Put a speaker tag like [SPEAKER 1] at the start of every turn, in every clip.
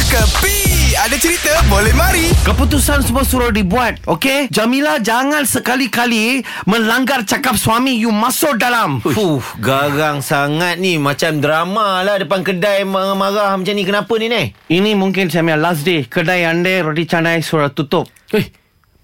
[SPEAKER 1] Kepi Ada cerita boleh mari
[SPEAKER 2] Keputusan semua suruh dibuat Okey Jamila jangan sekali-kali Melanggar cakap suami You masuk dalam
[SPEAKER 3] Fuh, garang sangat ni Macam drama lah Depan kedai marah-marah macam ni Kenapa ni Neh?
[SPEAKER 2] Ini mungkin saya punya last day Kedai anda roti canai suruh tutup
[SPEAKER 4] Eh,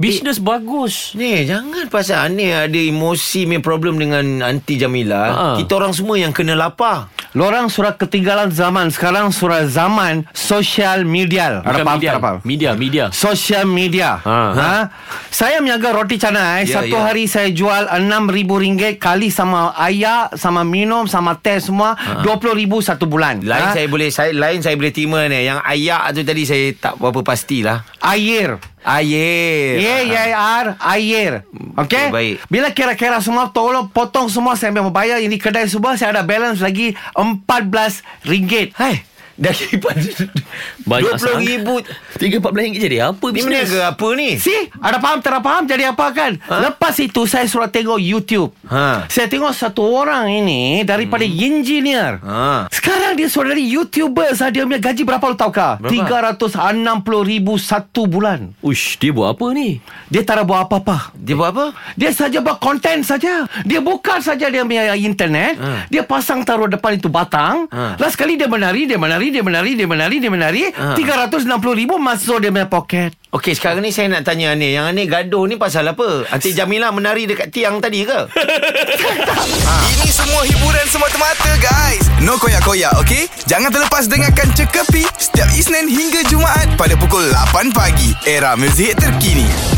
[SPEAKER 4] bisnes bagus.
[SPEAKER 3] Ni jangan pasal Aneh ada emosi main problem dengan Aunty Jamila
[SPEAKER 4] Ha.
[SPEAKER 3] Kita orang semua yang kena lapar
[SPEAKER 2] Lorang surat ketinggalan zaman Sekarang surat zaman Social media
[SPEAKER 4] Bukan
[SPEAKER 2] Ada faham
[SPEAKER 4] media.
[SPEAKER 2] tak faham?
[SPEAKER 4] Media, media.
[SPEAKER 2] Social media
[SPEAKER 4] Ha.
[SPEAKER 2] ha? Saya menjaga roti canai
[SPEAKER 3] Ya,
[SPEAKER 2] Satu
[SPEAKER 3] ya.
[SPEAKER 2] hari saya jual RM6,000 Kali sama ayah Sama minum Sama teh semua RM20,000 satu bulan Ha?
[SPEAKER 3] Lain saya boleh saya lain saya boleh terima ni. Yang ayak tu tadi saya tak berapa lah. pastilah.
[SPEAKER 2] Air
[SPEAKER 3] Ayer.
[SPEAKER 2] Yeah, yeah, R, air. Okay?
[SPEAKER 3] Betul, baik.
[SPEAKER 2] Bila kira-kira semua, tolong potong semua saya ambil membayar. Ini kedai semua, saya ada balance lagi RM14.
[SPEAKER 3] Hai. Dah kipan
[SPEAKER 4] Banyak sangat.
[SPEAKER 3] ribu
[SPEAKER 4] RM314 jadi apa
[SPEAKER 3] Ni meniaga apa ni?
[SPEAKER 2] See? Ada faham, tak ada faham, jadi apa kan? Ha? Lepas itu, saya suruh tengok YouTube.
[SPEAKER 3] Ha.
[SPEAKER 2] Saya tengok satu orang ini daripada hmm. engineer.
[SPEAKER 3] Ha.
[SPEAKER 2] Sekarang dia suruh dari YouTuber sah. Dia punya gaji berapa lu tahu kah?
[SPEAKER 4] Berapa?
[SPEAKER 2] RM360,000 satu bulan.
[SPEAKER 4] Ush, dia buat apa ni?
[SPEAKER 2] Dia tak ada buat apa-apa.
[SPEAKER 3] Dia buat apa?
[SPEAKER 2] Dia saja buat konten saja. Dia buka saja dia punya internet.
[SPEAKER 3] Ha.
[SPEAKER 2] Dia pasang taruh depan itu batang.
[SPEAKER 3] Ha.
[SPEAKER 2] Last kali dia menari, dia menari, dia menari, dia menari, dia menari.
[SPEAKER 3] Ha.
[SPEAKER 2] RM360,000 masuk dia punya poket.
[SPEAKER 3] Okey, sekarang ni saya nak tanya Anir. Yang Anir gaduh ni pasal apa? Aunty Jamila menari dekat tiang tadi ke?
[SPEAKER 1] Ini semua hiburan semata-mata guys No koyak-koyak ok Jangan terlepas dengarkan Cekapi Setiap Isnin hingga Jumaat Pada pukul 8 pagi Era muzik terkini